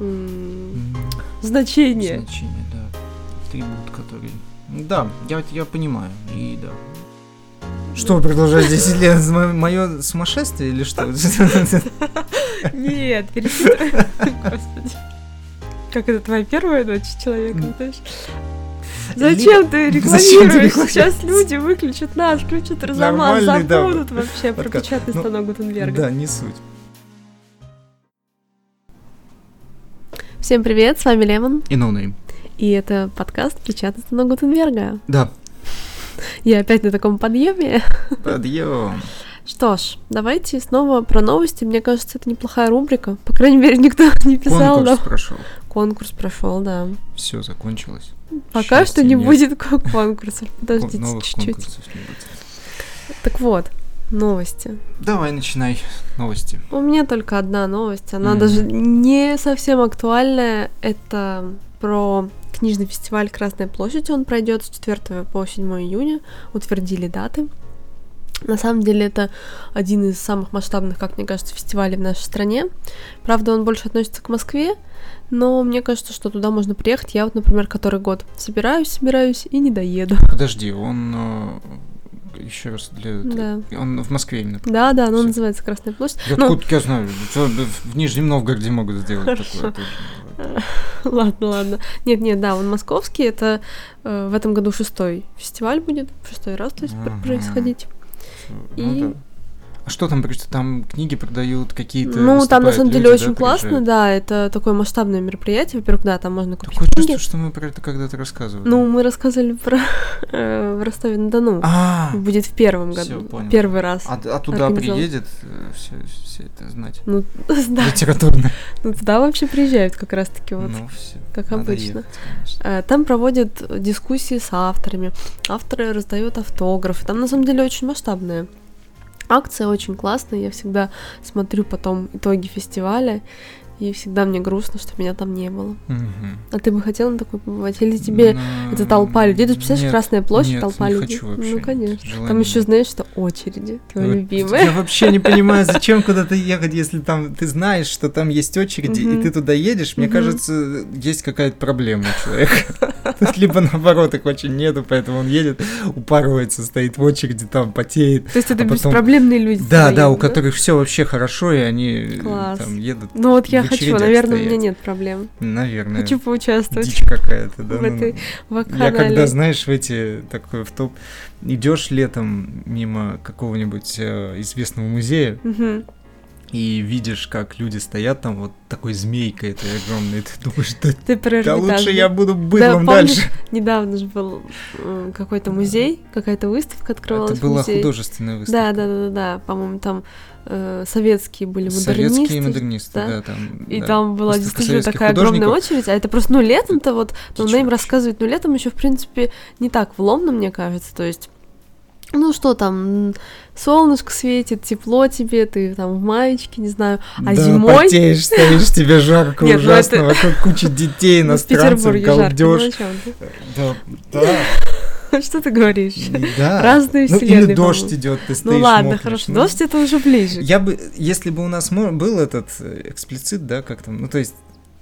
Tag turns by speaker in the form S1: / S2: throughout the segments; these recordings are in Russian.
S1: М,
S2: М,
S1: Значение.
S2: Значение, да. Атрибут, который... Да, я, я понимаю, и да. Что, продолжать 10 лет? Мое сумасшествие или что?
S1: Нет, пересчитывай. Господи. Как это твоя первая ночь с человеком, знаешь? Зачем ты
S2: Зачем ты
S1: рекламируешь?
S2: рекламируешь?
S1: Сейчас люди выключат нас, включат Розаман,
S2: Нормальный, да,
S1: забудут вообще про
S2: подкаст.
S1: печатный
S2: Ну,
S1: станок Гутенберга.
S2: Да, не суть.
S1: Всем привет, с вами Лемон,
S2: И ноунейм.
S1: и это подкаст «Печатный станок Гутенберга».
S2: Да.
S1: Я опять на таком подъеме.
S2: Подъем.
S1: Что ж, давайте снова про новости. Мне кажется, это неплохая рубрика. По крайней мере, никто не писал
S2: Конкурс
S1: нам.
S2: прошел.
S1: Конкурс прошел, да.
S2: Все, закончилось.
S1: Пока
S2: Счастья
S1: что не
S2: нет.
S1: будет кон- конкурсов.
S2: Кон-
S1: Подождите
S2: Новых
S1: чуть-чуть.
S2: конкурсов не будет.
S1: Так вот, новости.
S2: Давай, начинай. Новости.
S1: У меня только одна новость, она
S2: Мгм.
S1: даже не совсем актуальная. Это про книжный фестиваль «Красная площадь». Он пройдет с 4 по 7 июня. Утвердили даты. На самом деле это один из самых масштабных, как мне кажется, фестивалей в нашей стране. Правда, он больше относится к Москве, но мне кажется, что туда можно приехать. Я вот, например, который год собираюсь, собираюсь и не доеду.
S2: Подожди, он... Еще раз для...
S1: Да.
S2: Он в Москве именно.
S1: Да, да, но
S2: Всё.
S1: он называется Красная площадь.
S2: Да
S1: Ну-
S2: откуда я знаю? Что В в Нижнем Новгороде могут сделать
S1: Хорошо.
S2: такое. Это очень-
S1: Ладно, ладно. Нет, нет, да, он московский. Это э, в этом году шестой фестиваль будет, в шестой раз, то есть пр-
S2: Ага.
S1: происходить.
S2: Ну
S1: И-
S2: да. А что там, что там книги продают какие-то?
S1: ну, там на
S2: выступают
S1: самом
S2: люди,
S1: деле
S2: да,
S1: очень классно,
S2: приезжают?
S1: да, это такое масштабное мероприятие. Во-первых, да, там можно купить
S2: Такое
S1: книги.
S2: чувство, что мы про это когда-то рассказывали.
S1: Ну, мы рассказывали про э, в Ростове-на-Дону.
S2: а,
S1: будет в первом
S2: всё,
S1: году,
S2: понял.
S1: первый раз.
S2: а, а туда
S1: организован.
S2: приедет э, все, все это знать.
S1: Ну, да,
S2: Литературно.
S1: ну, туда вообще приезжают как раз-таки вот.
S2: Ну, все.
S1: как обычно. Э, Там проводят дискуссии с авторами, авторы раздают автографы. Там на самом деле очень масштабная акция, очень классная. Я всегда смотрю потом итоги фестиваля, и всегда мне грустно, что меня там не было. А ты бы хотела на такой побывать? Или тебе это толпа людей? Ты же представляешь, Красная площадь,
S2: Ну, нет,
S1: толпа
S2: не
S1: людей.
S2: хочу вообще,
S1: ну,
S2: нет,
S1: конечно. Там
S2: желания
S1: еще
S2: нет. Ну
S1: знаешь, что очереди, твои
S2: Вот
S1: любимые.
S2: Я вообще не понимаю, зачем куда-то ехать, если там ты знаешь, что там есть очереди,
S1: Мгм.
S2: и ты туда едешь, мне
S1: Мгм.
S2: кажется, есть какая-то проблема у человека. Тут Либо наоборот, их очень нету, поэтому он едет, упарывается, стоит в очереди, там потеет.
S1: То есть это
S2: а потом-
S1: беспроблемные люди.
S2: Да, да,
S1: твои,
S2: у которых все вообще хорошо, и они э,
S1: Класс.
S2: там едут,
S1: Ну вот я
S2: в
S1: хочу,
S2: очередях
S1: наверное, у меня
S2: стоять.
S1: нет проблем.
S2: наверное.
S1: Хочу поучаствовать
S2: Дичь какая-то, да.
S1: в
S2: ну,
S1: этой
S2: Я когда,
S1: вакханалии.
S2: знаешь, в эти такой в топ идешь летом мимо какого-нибудь э, известного музея,
S1: Мгм.
S2: и видишь, как люди стоят там вот такой змейкой этой огромной, ты думаешь, да,
S1: Ты про
S2: да
S1: Эрмитаж,
S2: лучше
S1: да?
S2: я буду быдлом
S1: Да, помнишь,
S2: дальше.
S1: Недавно же был э, какой-то музей, какая-то выставка открывалась.
S2: Это
S1: в
S2: была
S1: музее.
S2: художественная
S1: Да,
S2: выставка.
S1: да, да, да, да. По-моему, там э, советские были модернисты.
S2: Советские модернисты,
S1: да.
S2: да, там.
S1: И
S2: да.
S1: там была
S2: Выставка
S1: действительно
S2: советских
S1: такая огромная
S2: художников.
S1: очередь. А это просто, ну, летом-то вот,
S2: Ты
S1: ну,
S2: чё?
S1: им рассказывает, ну, летом еще, в принципе, не так вломно, мне кажется. То есть, ну, что там, м, солнышко светит, тепло тебе, ты там в маечке, не знаю. А
S2: Да,
S1: зимой...
S2: потеешь, стоишь, тебе жарко
S1: Нет, ну
S2: ужасно, вокруг куча детей,
S1: ну, в
S2: иностранцев,
S1: Петербурге жарко, ну, о
S2: голдеж.
S1: чём ты?
S2: Да, да,
S1: Что ты говоришь?
S2: да.
S1: Разные
S2: Ну
S1: вселенные,
S2: или дождь
S1: по-моему.
S2: идет, ты стоишь,
S1: Ну ладно,
S2: мокнешь,
S1: хорошо.
S2: ну.
S1: Дождь это уже ближе.
S2: Я бы, если бы у нас мо- был этот э, эксплицит, да, как там, ну то есть,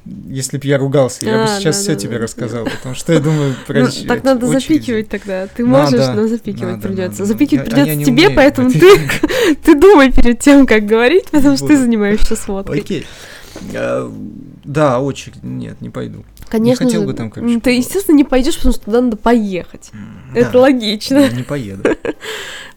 S2: если бы я ругался, я бы
S1: А,
S2: сейчас
S1: да,
S2: все
S1: да,
S2: тебе
S1: да.
S2: рассказал, потому что я думаю про
S1: Ну,
S2: эти
S1: так надо
S2: очереди.
S1: запикивать тогда. Ты
S2: Надо,
S1: можешь, но запикивать
S2: надо,
S1: придется.
S2: надо.
S1: Запикивать
S2: Я- а я
S1: придется
S2: не
S1: тебе,
S2: умею,
S1: поэтому
S2: это-
S1: ты, ты думай перед тем, как говорить, потому что ты
S2: Буду.
S1: занимаешься сводкой.
S2: Окей. Э, Да, очередь. Нет, не пойду.
S1: Конечно
S2: хотел
S1: же,
S2: бы там,
S1: м,
S2: короче,
S1: ты,
S2: побывать.
S1: естественно, не пойдешь, потому что туда надо поехать. Это
S2: Да,
S1: логично.
S2: Не поеду.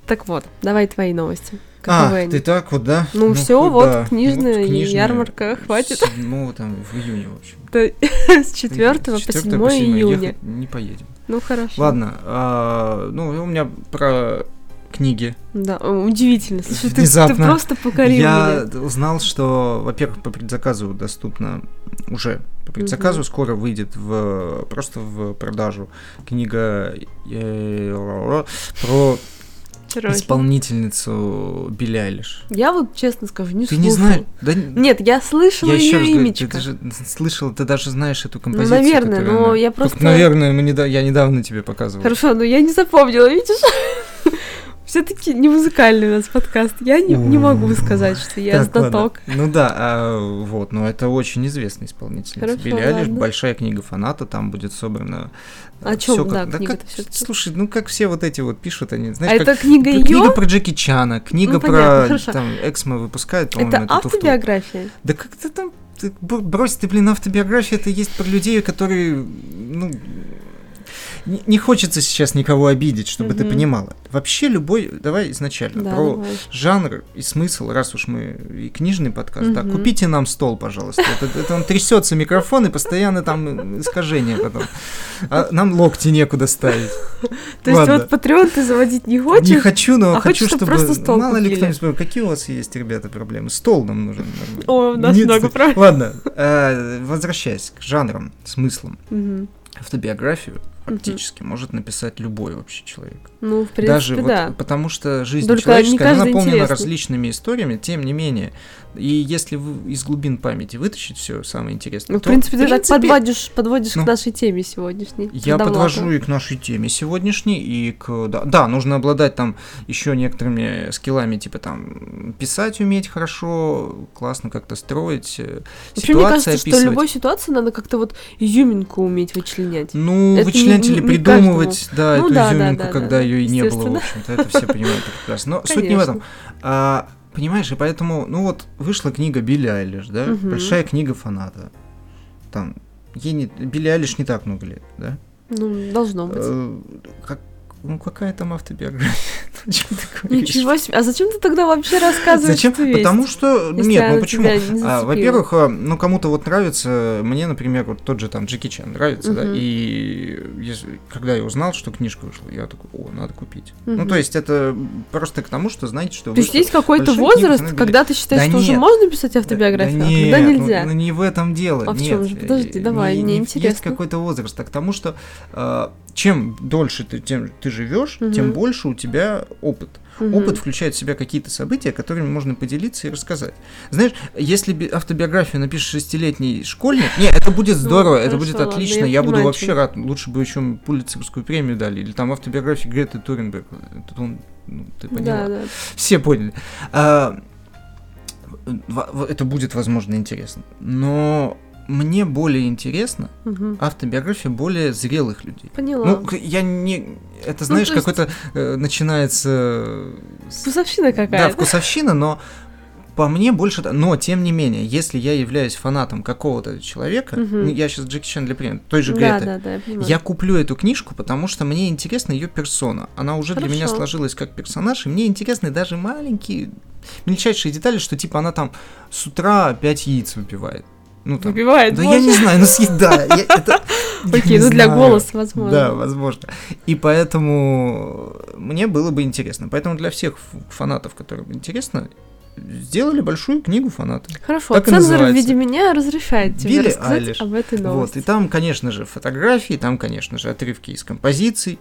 S1: Так вот, давай твои новости. Каковы
S2: А,
S1: они?
S2: ты так вот, да?
S1: Ну всё,
S2: хоть
S1: вот
S2: да.
S1: книжная
S2: Вот
S1: и ярмарка, хватит.
S2: Седьмого там в июне, в общем.
S1: Это С 4 по 7
S2: Четвёртого
S1: июня.
S2: ехать Не поедем.
S1: Ну хорошо.
S2: Ладно, а, ну у меня про книги.
S1: Да, о, удивительно. Слушай, ты- ты,
S2: Внезапно.
S1: просто покорил
S2: Я
S1: меня.
S2: узнал, что, во-первых, по предзаказу доступно уже по предзаказу скоро выйдет в просто в продажу книга э, ла-ла-ла, про
S1: Короче.
S2: исполнительницу Билли Айлиш.
S1: Я вот честно скажу, не
S2: Ты не
S1: слушала.
S2: знаешь? Да, н-
S1: Нет, я слышала
S2: я еще
S1: ее
S2: раз говорю, ты
S1: имечко.
S2: даже слышал, ты даже знаешь эту
S1: Ну,
S2: композицию.
S1: наверное,
S2: которую
S1: но
S2: она-
S1: я
S2: Только,
S1: просто... ну
S2: наверное, мы неда- я недавно тебе показывал.
S1: Хорошо, но я не запомнила, видишь? Все-таки не музыкальный у нас подкаст. Я не, не могу сказать, что я
S2: Так, ладно.
S1: знаток.
S2: Ну да, а, вот, но это очень известный исполнитель.
S1: Хорошо,
S2: Билли Айлиш,
S1: ладно.
S2: большая книга фаната, там будет собрано... э,
S1: О чём, да, книга-то всё-таки?
S2: Слушай, ну как все вот эти вот пишут, они,
S1: А
S2: знаешь, как
S1: это книга
S2: Кни-
S1: ее?
S2: Книга про Джеки Чана, книга
S1: Ну, понятно,
S2: про
S1: хорошо.
S2: там Эксмо выпускает, по-моему,
S1: Это а
S2: эту туфту.
S1: автобиография.
S2: Да как ты там ты б- брось ты, блин, автобиография это есть про людей, которые, ну, не, не хочется сейчас никого обидеть, чтобы ты
S1: Мгм.
S2: понимала. Вообще любой, давай изначально
S1: Да,
S2: про
S1: давай.
S2: жанр и смысл, раз уж мы и книжный подкаст, да,
S1: Мгм.
S2: купите нам стол, пожалуйста. Это, это он трясется микрофон и постоянно там искажения потом. А нам локти некуда ставить.
S1: То есть
S2: Ладно.
S1: вот Patreon ты заводить не
S2: Не
S1: хочешь?
S2: хочу, но
S1: а
S2: хочу,
S1: хочешь,
S2: чтобы...
S1: чтобы просто стол
S2: Мало ли
S1: купили?
S2: кто-нибудь спросил, какие у вас есть, ребята, проблемы? Стол нам нужен. нормально».
S1: О, у нас
S2: Нет,
S1: много
S2: стой.
S1: прав.
S2: Ладно, э, возвращаясь к жанрам, смыслам.
S1: Мгм.
S2: Автобиографию фактически может написать любой вообще человек.
S1: Ну, в принципе,
S2: Даже вот
S1: да.
S2: потому что жизнь
S1: Только не
S2: человеческая она
S1: каждый
S2: наполнена
S1: интересный.
S2: различными историями, тем не менее. И если вы из глубин памяти вытащить все самое интересное,
S1: Ну, в
S2: то,
S1: принципе, ты так
S2: принципе,
S1: подводишь, подводишь
S2: Ну.
S1: к нашей теме сегодняшней.
S2: Я
S1: Давлатовой.
S2: подвожу и к нашей теме сегодняшней, и к... Да, да, нужно обладать там еще некоторыми скиллами, типа там писать уметь хорошо, классно как-то строить, э,
S1: Вообще, мне
S2: ситуации
S1: кажется,
S2: описывать.
S1: что любой ситуации надо как-то вот изюминку уметь вычленять.
S2: Ну,
S1: Это не-
S2: вычленять
S1: не-
S2: или
S1: не
S2: придумывать, да,
S1: Ну
S2: эту
S1: да, да,
S2: изюминку,
S1: да, да,
S2: когда
S1: да,
S2: ее и не было, в
S1: естественно.
S2: общем-то, это все понимают прекрасно. Но Ну, суть не в
S1: Конечно.
S2: этом. А, понимаешь, и поэтому, ну вот, вышла книга Билли Айлиш, да,
S1: Мгм.
S2: большая книга фаната. Там, ей не... Билли Айлиш не так много лет, да?
S1: Ну, должно быть.
S2: Э, как- ну какая там автобиография? Ну, чё ты говоришь?
S1: Ничего себе. А зачем ты тогда вообще рассказываешь
S2: Зачем?
S1: эту весть?
S2: Потому что
S1: если
S2: нет, ну
S1: она
S2: почему?
S1: тебя не
S2: А,
S1: зацепила?
S2: во-первых, а, ну кому-то вот нравится, мне, например, вот тот же там Джеки Чан нравится, да,
S1: Мгм.
S2: и если- когда я узнал, что книжка вышла, я такой, о, надо купить. Ну
S1: Мгм.
S2: то есть это просто к тому, что знаете, что
S1: То есть
S2: вышло-
S1: есть какой-то
S2: большая книга,
S1: возраст,
S2: она
S1: когда ты считаешь,
S2: Да
S1: что уже
S2: нет.
S1: можно писать
S2: Да-
S1: автобиографию,
S2: да
S1: а когда
S2: нет, ну-
S1: нельзя.
S2: Ну, не в этом дело.
S1: А в
S2: нет.
S1: чём же? Подожди,
S2: Э,
S1: давай,
S2: не-
S1: мне
S2: не- Есть
S1: интересно.
S2: какой-то возраст, а к тому, что э, чем дольше ты, тем ты живешь, тем
S1: Мгм.
S2: больше у тебя опыт.
S1: Мгм.
S2: ну, Опыт включает в себя какие-то события, которыми можно поделиться и рассказать. Знаешь, если би- автобиографию напишет шестилетний школьник, не, это будет здорово, это
S1: Ну, хорошо,
S2: будет
S1: ладно, я
S2: отлично, я буду
S1: понимаю,
S2: вообще
S1: чё.
S2: рад, лучше бы еще пулицерскую премию дали, или там автобиографию Греты Туренберг, Тут он, ну, ты
S1: Да,
S2: поняла.
S1: да.
S2: Все поняли. А, в- в- это будет, возможно, интересно, но мне более интересно
S1: Мгм.
S2: автобиография более зрелых людей.
S1: Поняла.
S2: Ну, к- я не... Это, знаешь,
S1: Ну, то есть-
S2: какой-то э, начинается... с-
S1: Вкусовщина
S2: Да,
S1: какая-то.
S2: вкусовщина, но по мне больше... та- Но, тем не менее, если я являюсь фанатом какого-то человека,
S1: Мгм.
S2: ну, я сейчас Джеки Чан для примера, той же
S1: да,
S2: Греты,
S1: да, да, я понимаю.
S2: я куплю эту книжку, потому что мне интересна ее персона. Она уже для меня
S1: Хорошо.
S2: сложилась как персонаж, и мне интересны даже маленькие, мельчайшие детали, что типа она там с утра 5 яиц выпивает. Ну, там,
S1: Выбивает,
S2: да я
S1: боже.
S2: не знаю, ну съедаю. я- это- я
S1: Окей,
S2: не
S1: ну для
S2: знаю.
S1: голоса, возможно.
S2: Да, возможно. И поэтому мне было бы интересно. Поэтому для всех ф- фанатов, которым интересно, сделали большой книгу фанатов.
S1: Хорошо,
S2: Так и
S1: цензор в
S2: называется.
S1: виде меня разрешает тебе
S2: Билли
S1: рассказать
S2: Айлиш.
S1: об этой
S2: Вот,
S1: новости.
S2: и там, конечно же, фотографии, там, конечно же, отрывки из композиций.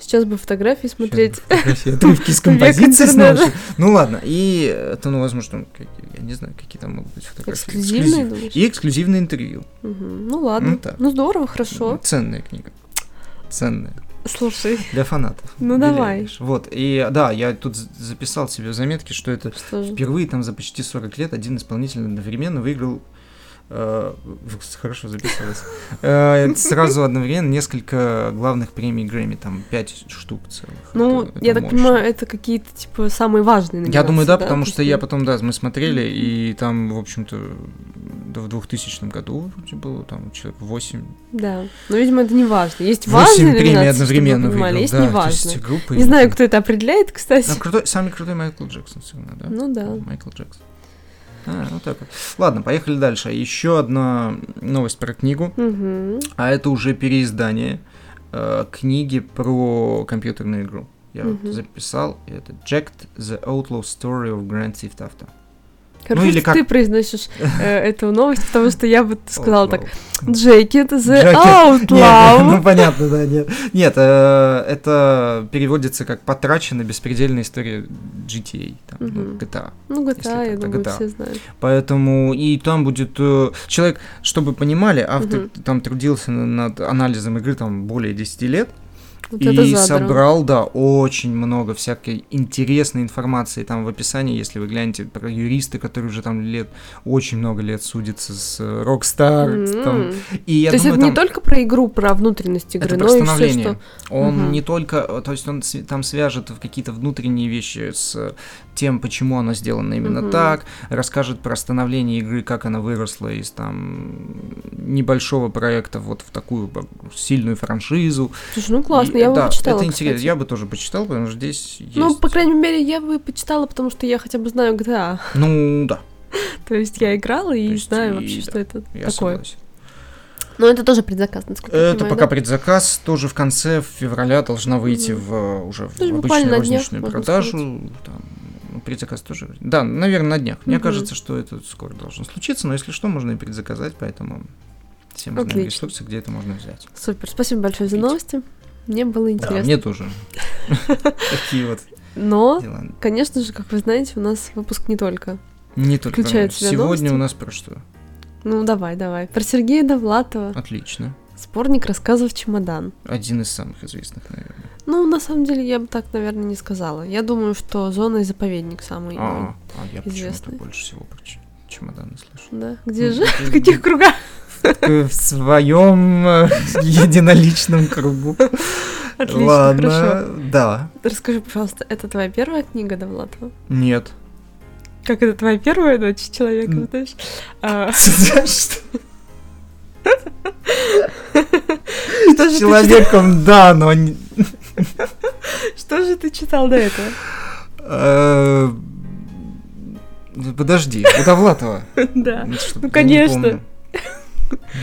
S1: Сейчас бы фотографии
S2: Сейчас бы
S1: смотреть.
S2: фотографии, отрывки из композиций
S1: Век интернета.
S2: снова. Ну ладно, и это, ну, возможно, там какие- я не знаю, какие там могут быть фотографии.
S1: Эксклюзивные,
S2: Эксклюзив.
S1: думаешь?
S2: И эксклюзивное интервью.
S1: Мгм. Ну ладно.
S2: Ну
S1: Ну,
S2: так.
S1: здорово, хорошо.
S2: Ценная книга. Ценная.
S1: Слушай,
S2: Для фанатов.
S1: Ну,
S2: Билли
S1: давай.
S2: Айлиш. Вот, и да, я тут з- записал себе в заметке, что это
S1: что же.
S2: впервые там за почти 40 лет один исполнитель одновременно выиграл э, в- хорошо записалось. Э, Сразу одновременно несколько главных премий Грэмми, там 5 штук целых.
S1: Ну,
S2: Это- это
S1: я так
S2: мощно.
S1: понимаю, это какие-то, типа, самые важные
S2: Я думаю, да,
S1: номинации,
S2: потому
S1: То
S2: что
S1: есть,
S2: я
S1: ну,
S2: потом, да, мы смотрели, и там, в общем-то, да, в 2000 году вроде было, там человек 8,
S1: Да, но, видимо, это не важно. Есть важные
S2: Восемь премий
S1: номинации, чтобы вы
S2: одновременно
S1: понимали,
S2: выиграл.
S1: есть
S2: да, то есть
S1: неважные.
S2: группы
S1: Не
S2: или
S1: знаю,
S2: там-
S1: кто это определяет, кстати.
S2: Ну, крутой, самый крутой Майкл Джексон все равно, да?
S1: Ну да.
S2: Майкл Джексон. А, ну так вот. Ладно, поехали дальше. Еще одна новость про книгу,
S1: Мгм.
S2: а это уже переиздание э, книги про компьютерную игру. Я вот
S1: Мгм.
S2: записал, и это Jacked the Outlaw Story of Grand Theft Auto.
S1: Хорошо,
S2: Ну, или
S1: что
S2: как-
S1: ты произносишь э, эту новость, потому что я бы сказала так.
S2: Outlaw.
S1: Джеки, это The
S2: Джеки. Нет, ну
S1: Outlaw.
S2: понятно, да, нет. Нет, э, это переводится как потрачена беспредельная история GTA, там, ну,
S1: Мгм.
S2: GTA.
S1: Ну,
S2: Если так,
S1: GTA, я
S2: то
S1: думаю,
S2: GTA.
S1: все знают.
S2: Поэтому и там будет э, человек, чтобы понимали, автор
S1: Мгм.
S2: там трудился на- над анализом игры там более 10 лет.
S1: Вот это
S2: И
S1: задрало.
S2: собрал, да, очень много всякой интересной информации там в описании, если вы глянете про юриста, который уже там лет, очень много лет судится с э, Rockstar. Там.
S1: М.
S2: И я
S1: То есть
S2: думаю,
S1: это не
S2: там-
S1: только про игру, про внутренность игры,
S2: это про
S1: но и все,
S2: становление.
S1: что...
S2: Он
S1: Мгм.
S2: не только, э, то есть он сви- там свяжет в какие-то внутренние вещи с э, тем, почему оно сделано именно
S1: Мгм.
S2: так, расскажет про становление игры, как она выросла из там небольшого проекта вот в такую б- сильную франшизу.
S1: Слушай, ну классно,
S2: И,
S1: я бы
S2: да,
S1: почитала,
S2: это
S1: кстати.
S2: интересно, я бы тоже почитал, потому что здесь есть.
S1: Ну, по крайней мере, я бы почитала, потому что я хотя бы знаю GTA.
S2: Ну, да,
S1: То есть я играла и
S2: То есть
S1: знаю
S2: и-
S1: вообще,
S2: да,
S1: что это такое.
S2: я согласен.
S1: Но Ну, это тоже предзаказ, насколько я
S2: Э, Это
S1: понимаю,
S2: пока
S1: да?
S2: предзаказ, тоже в конце февраля должна выйти
S1: Мгм.
S2: в э, уже в
S1: То есть буквально
S2: обычную
S1: на днях,
S2: розничную
S1: можно
S2: продажу. Там, ну, предзаказ тоже. Да, наверное, на днях. Мне
S1: Мгм.
S2: кажется, что это скоро должно случиться, но если что, можно и предзаказать, поэтому всем
S1: Отлично.
S2: знаем ресурсы, где это можно взять.
S1: Супер, спасибо большое за
S2: Видите.
S1: новости. Мне было
S2: Да,
S1: интересно.
S2: мне тоже. Такие вот
S1: Но,
S2: дела.
S1: конечно же, как вы знаете, у нас выпуск не только.
S2: Не только
S1: Включают
S2: новости.
S1: в себя
S2: Сегодня
S1: новости.
S2: у нас про что?
S1: Ну, давай, давай. Про Сергея Довлатова.
S2: Отлично.
S1: Спорник рассказов чемодан.
S2: Один из самых известных, наверное.
S1: Ну, на самом деле, я бы так, наверное, не сказала. Я думаю, что зона и заповедник самый.
S2: А, а я почему-то
S1: известный.
S2: больше всего про ч- чемоданы слышу.
S1: Да. Где
S2: Ну,
S1: же?
S2: это-
S1: В каких кругах?
S2: э, в своем единоличном кругу.
S1: Отлично,
S2: Ладно,
S1: хорошо.
S2: да.
S1: Расскажи, пожалуйста, это твоя первая книга Довлатова?
S2: Нет.
S1: Как это твоя первая дочь человека,
S2: М.
S1: знаешь? А, Что же ты
S2: Человеком, да, но... не-
S1: Что же ты читал до этого?
S2: Э, Подожди, у Довлатова.
S1: Да, Ну,
S2: Чтоб я не
S1: конечно.
S2: помню.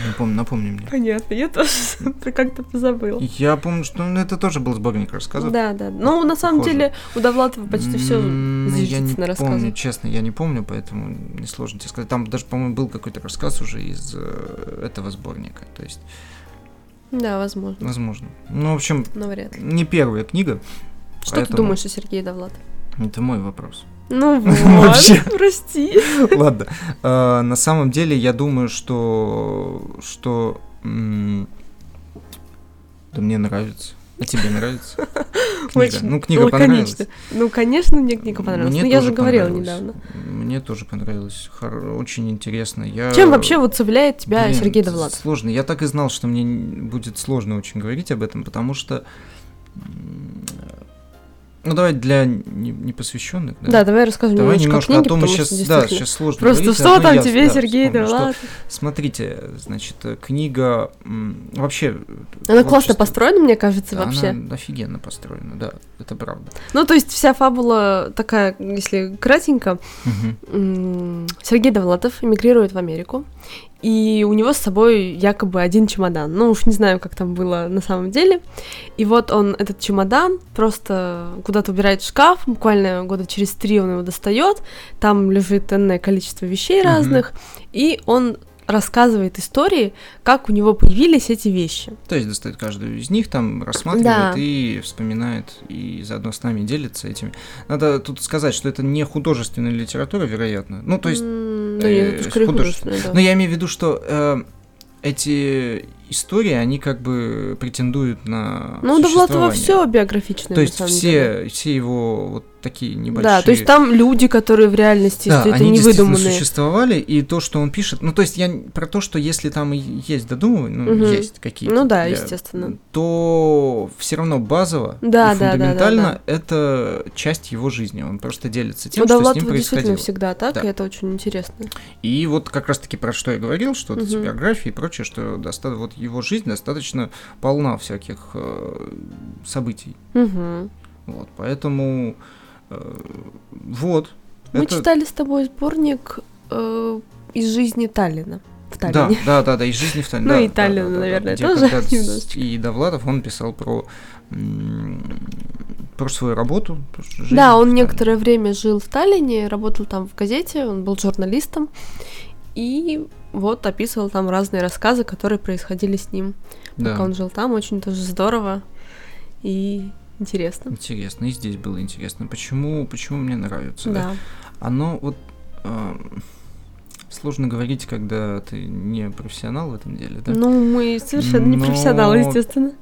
S2: Не помню, напомни мне.
S1: понятно, я тоже как-то позабыла.
S2: Я помню, что ну, это тоже был сборник рассказов.
S1: Да, да. Ну, на самом
S2: Похоже.
S1: деле, у Довлатова почти все
S2: М, Я не
S1: зиждется на
S2: помню,
S1: рассказе.
S2: честно, я не помню, поэтому несложно тебе сказать. Там даже, по-моему, был какой-то рассказ уже из э, этого сборника. То есть,
S1: Да, возможно,
S2: возможно. Ну, в общем,
S1: но вряд ли.
S2: не первая книга.
S1: Что ты
S2: поэтому
S1: думаешь о Сергее Довлатове?
S2: Это мой вопрос.
S1: Ну
S2: Вообще.
S1: вот, прости.
S2: Ладно. Э, На самом деле, я думаю, что... Что... м, Да мне нравится. А тебе нравится? Книга.
S1: Очень
S2: Ну, книга
S1: лаконично.
S2: понравилась.
S1: Ну, конечно, мне книга понравилась.
S2: Мне
S1: Ну, я
S2: тоже
S1: же говорила
S2: понравилось.
S1: недавно.
S2: Мне тоже понравилось. Хор- Очень интересно. Я...
S1: Чем вообще вот цепляет тебя
S2: Э, Блин,
S1: Сергей
S2: это
S1: Довлатов?
S2: Сложно. Я так и знал, что мне н- будет сложно очень говорить об этом, потому что... м, Ну, давай для не- непосвященных, да?
S1: Да, давай расскажем
S2: Давай
S1: немножко о
S2: немножко а
S1: книге,
S2: о том,
S1: потому
S2: сейчас,
S1: что
S2: да,
S1: действительно-
S2: сейчас сложно
S1: Просто
S2: говорить,
S1: что
S2: одно
S1: там
S2: я,
S1: тебе,
S2: да,
S1: Сергей
S2: вспомнил, что-
S1: Довлатов?
S2: Смотрите, значит, э, книга м, вообще...
S1: Она классно
S2: построена
S1: построена, мне кажется, вообще.
S2: Она офигенно построена, да, это правда.
S1: Ну, то есть вся фабула такая, если кратенько,
S2: Мгм.
S1: м, Сергей Довлатов эмигрирует в Америку, и у него с собой якобы один чемодан. Ну, уж не знаю, как там было на самом деле. И вот он этот чемодан просто куда-то убирает в шкаф, буквально года через три он его достает, там лежит энное количество вещей
S2: Мгм.
S1: разных, и он рассказывает истории, как у него появились эти вещи.
S2: То есть достает каждую из них, там
S1: Да.
S2: рассматривает и вспоминает, и заодно с нами делится этими. Надо тут сказать, что это не художественная литература, вероятно. Ну, то есть,
S1: М, ну, нет,
S2: э,
S1: это скорее
S2: художественная.
S1: художественное, да.
S2: но я имею в виду, что э, эти истории, они как бы претендуют на
S1: Ну, у Довлатова
S2: А, существование.
S1: все биографичное,
S2: То есть
S1: на самом
S2: все,
S1: деле.
S2: все его вот такие небольшие...
S1: Да, то есть там люди, которые в реальности,
S2: Да,
S1: что это
S2: они
S1: не
S2: действительно
S1: выдуманные.
S2: существовали, и то, что он пишет, ну, то есть я н- про то, что если там и есть додумывание, ну,
S1: Мгм.
S2: есть какие-то.
S1: Ну да,
S2: я-
S1: естественно.
S2: То все равно базово
S1: Да, да, Ну
S2: и
S1: да, да,
S2: фундаментально это часть его жизни. Он просто делится тем,
S1: У
S2: что с ним
S1: Довлатова действительно
S2: происходило.
S1: всегда так,
S2: Да.
S1: и это очень интересно.
S2: И вот как раз-таки про что я говорил, что вот эти
S1: Мгм.
S2: биографии и прочее, что доста- вот его жизнь достаточно полна всяких э, событий.
S1: Мгм.
S2: Вот, поэтому э, вот.
S1: Мы
S2: это-
S1: читали с тобой сборник э, из жизни Таллина. В
S2: Да,
S1: Таллине.
S2: да, да, да, и жизнь в Таллине.
S1: Ну,
S2: да,
S1: и
S2: да,
S1: Таллин,
S2: да, да, да,
S1: наверное,
S2: где
S1: тоже
S2: когда с-
S1: немножечко.
S2: И Довлатов, он писал про, м, про свою работу. про жизнь
S1: Да,
S2: в
S1: он
S2: Таллине.
S1: некоторое время жил в Таллине, работал там в газете, он был журналистом. И вот описывал там разные рассказы, которые происходили с ним.
S2: Да.
S1: Пока он жил там, очень тоже здорово и интересно.
S2: Интересно, и здесь было интересно. Почему, почему мне нравится? да?
S1: Да.
S2: Оно вот... эм, сложно говорить, когда ты не профессионал в этом деле, да?
S1: Ну, мы совершенно не
S2: Но-
S1: профессионалы, естественно.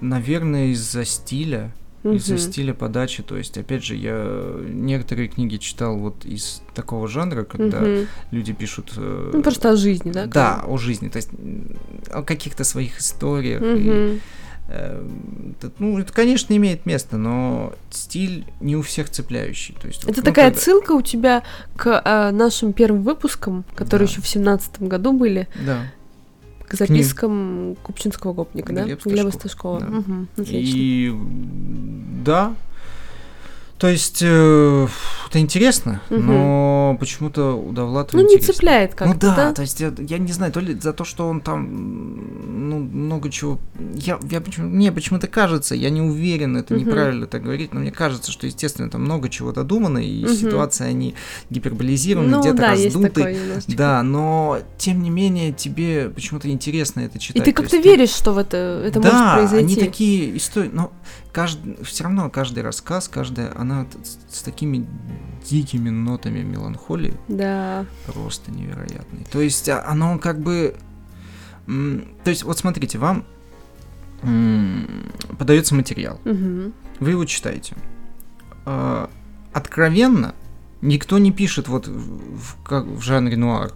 S2: Наверное, из-за стиля, из-за
S1: Мгм.
S2: стиля подачи. То есть, опять же, я некоторые книги читал вот из такого жанра, когда
S1: Мгм.
S2: люди пишут... э,
S1: Ну, просто о жизни, да?
S2: да, о жизни, то есть м, о каких-то своих историях.
S1: как бы?
S2: и,
S1: Мгм.
S2: э, т- ну, это, конечно, имеет место, но стиль не у всех цепляющий. То есть, вот,
S1: Это
S2: ну,
S1: такая
S2: когда-
S1: отсылка у тебя к э, нашим первым выпускам, которые
S2: Да.
S1: еще в семнадцатом году были,
S2: Да.
S1: к запискам Купчинского гопника, да?
S2: Глеб
S1: Глеба
S2: Сташков,
S1: Сташкова.
S2: да.
S1: Мгм. Отлично.
S2: И м, да. То есть э, ф, это интересно,
S1: Мгм.
S2: но почему-то у Довлатова
S1: Ну, не
S2: интересно.
S1: цепляет как-то,
S2: Ну да,
S1: да?
S2: то есть я, я не знаю, то ли за то, что он там м, ну, много чего... Я, я почему, мне почему-то кажется, я не уверен, это
S1: Мгм.
S2: неправильно так говорить, но мне кажется, что, естественно, там много чего додумано, и
S1: Мгм.
S2: ситуации, они гиперболизированы,
S1: Ну
S2: где-то
S1: да, есть
S2: раздуты.
S1: такое немножечко.
S2: да, но, тем не менее, тебе почему-то интересно это
S1: И
S2: читать.
S1: ты
S2: то
S1: как-то
S2: есть ты-
S1: веришь, что в это, это
S2: да,
S1: может произойти.
S2: они такие истории, но каждый, все равно каждый рассказ, каждая, она т- с, с такими дикими нотами меланхолии
S1: Да.
S2: просто невероятной. То есть а, оно как бы, м, то есть вот смотрите, вам м, подается материал,
S1: Мгм.
S2: вы его читаете. А, Откровенно никто не пишет вот в, в как, в жанре нуар.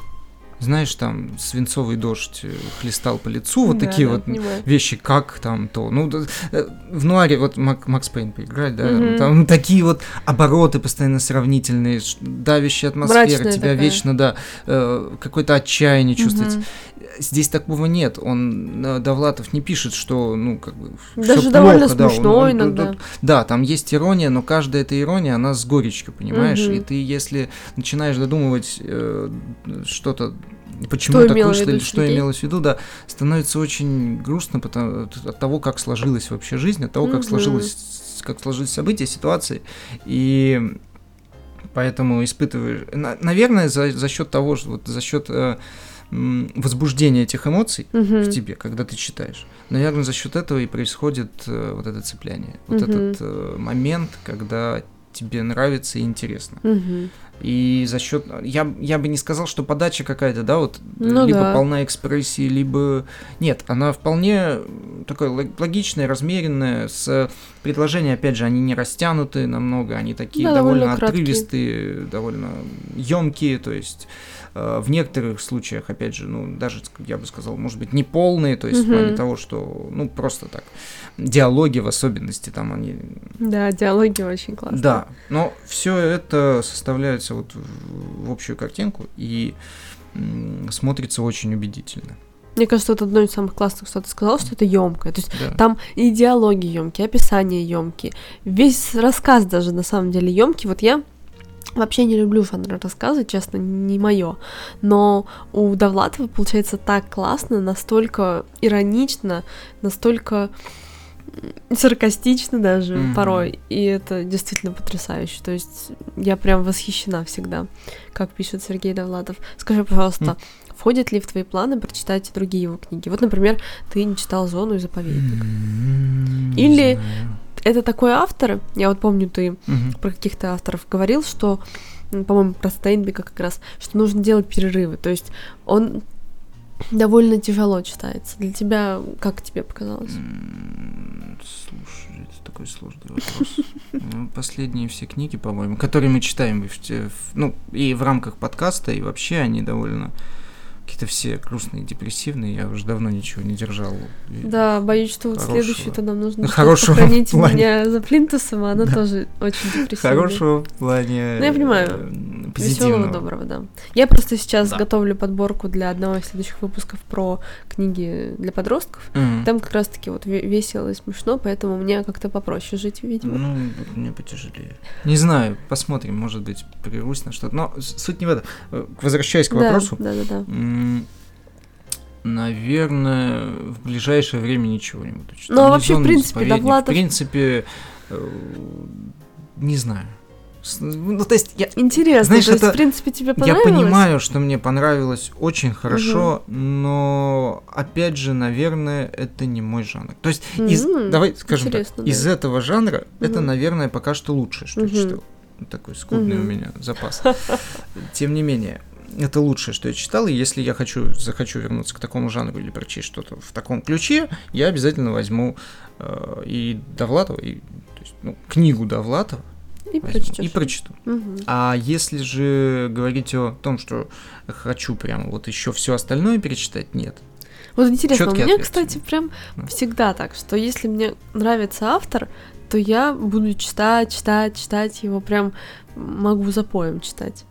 S2: Знаешь, там свинцовый дождь э, хлестал по лицу, Ну, вот
S1: Да,
S2: такие
S1: да,
S2: вот
S1: понимаю.
S2: вещи, как там то. Ну, да, э, в нуаре вот Мак- Макс Пейн поиграть, да,
S1: Мгм.
S2: там такие вот обороты постоянно сравнительные, ш- давящая атмосфера,
S1: Мрачная
S2: тебя
S1: такая.
S2: вечно, да, э, какое-то отчаяние чувствуется.
S1: Мгм.
S2: Здесь такого нет, он, э, Довлатов не пишет, что, ну, как бы, всё
S1: Даже довольно
S2: плохо, да, он-
S1: смешно
S2: он-
S1: иногда.
S2: тут- да, там есть ирония, но каждая эта ирония, она с горечью, понимаешь,
S1: Мгм.
S2: и ты, если начинаешь додумывать э, что-то, почему
S1: Что
S2: так
S1: имела в
S2: вышло,
S1: виду
S2: или что
S1: людей?
S2: имелось в виду, да, становится очень грустно потому, от того, как сложилась вообще жизнь, от того, как,
S1: Мгм.
S2: сложилось, как сложились события, ситуации, и поэтому испытываешь... на- наверное, за, счет того, что вот за счет э, возбуждения этих эмоций,
S1: Мгм.
S2: в тебе, когда ты читаешь. Наверное, за счет этого и происходит э, вот это цепляние, вот
S1: Мгм.
S2: этот э, момент, когда тебе нравится и интересно.
S1: Мгм.
S2: И за счет, я, я бы не сказал, что подача какая-то, да, вот
S1: Ну
S2: либо
S1: да.
S2: полна экспрессии, либо нет, она вполне м, такая лог- логичная, размеренная. С предложения, опять же, они не растянуты намного, они такие
S1: Да, довольно
S2: довольно
S1: краткие.
S2: отрывистые, довольно емкие, то есть э, в некоторых случаях, опять же, ну даже я бы сказал, может быть, не полные, то есть в плане
S1: Мгм.
S2: того, что ну просто так диалоги в особенности там они
S1: Да, диалоги очень классные.
S2: да, но все это составляется вот в в общую картинку и м, смотрится очень убедительно.
S1: Мне кажется, это одно из самых классных, что ты сказал, что это емкое. То есть
S2: Да.
S1: там и диалоги емкие, и описания емкие, весь рассказ даже на самом деле емкий. Вот я вообще не люблю жанр рассказа, честно, не мое. Но у Довлатова получается так классно, настолько иронично, настолько м, саркастично даже
S2: Мгм.
S1: порой. И это действительно потрясающе. То есть я прям восхищена всегда, как пишет Сергей Довлатов. Скажи, пожалуйста, входят ли в твои планы прочитать и другие его книги? Вот, например, ты не читал «Зону» и «Заповедник».
S2: М, не
S1: Или-
S2: знаю.
S1: Это такой автор, я вот помню, ты
S2: Мгм.
S1: про каких-то авторов говорил, что, м, по-моему, про Стейнбека как раз, что нужно делать перерывы, то есть он довольно тяжело читается. Для тебя, как тебе показалось?
S2: М, Слушай, это такой сложный вопрос. Ну, Последние все книги, по-моему, которые мы читаем, и в те- в- ну, и в рамках подкаста, и вообще они довольно какие-то все грустные, депрессивные. Я уже давно ничего не держал. И-
S1: Да, боюсь, что вот
S2: Хорошего.
S1: следующую-то нам нужно
S2: Да,
S1: что-то
S2: хорошего в
S1: похоронить
S2: плане.
S1: меня за плинтусом, а она
S2: Да.
S1: тоже очень депрессивная.
S2: Хорошего в плане
S1: Ну, я понимаю.
S2: э, м,
S1: Веселого,
S2: позитивного.
S1: доброго, да. Я просто сейчас
S2: Да.
S1: готовлю подборку для одного из следующих выпусков про книги для подростков.
S2: Мгм.
S1: Там как раз-таки вот ве- весело и смешно, поэтому мне как-то попроще жить, видимо.
S2: Ну, вот мне потяжелее. Не знаю, посмотрим, может быть, прервусь на что-то. Но с- суть не в этом. Э, Возвращаясь к
S1: да,
S2: вопросу.
S1: да, да, да.
S2: м, Наверное, в ближайшее время ничего не буду читать.
S1: Ну, а
S2: Ни
S1: вообще, в
S2: «Зону», ни
S1: принципе,
S2: «Заповедник». В
S1: Довлатов-
S2: принципе, э, не знаю. С- Ну, то есть, я,
S1: Интересно,
S2: Знаешь,
S1: то есть,
S2: это-
S1: в принципе, тебе
S2: Я
S1: понравилось?
S2: понимаю, что мне понравилось очень хорошо, но опять же, наверное, это не мой жанр. То есть, из,
S1: Мгм,
S2: давай скажем так,
S1: интересно, да.
S2: из этого жанра это,
S1: Мгм.
S2: наверное, пока что лучшее, что я
S1: Мгм.
S2: читал. Ну, Такой скудный у
S1: Мгм.
S2: меня запас. Тем не менее, это лучшее, что я читал, и если я хочу, захочу вернуться к такому жанру или прочесть что-то в таком ключе, я обязательно возьму э, и Довлатова, и, то есть, ну, книгу Довлатова
S1: И
S2: возьму
S1: прочтёшь.
S2: и прочту.
S1: Мгм.
S2: А если же говорить о том, что хочу прям вот еще все остальное перечитать, нет.
S1: Вот интересно,
S2: Чёткий
S1: у меня,
S2: ответ.
S1: кстати, прям
S2: Да.
S1: всегда так, что если мне нравится автор, то я буду читать, читать, читать его прям могу запоем читать.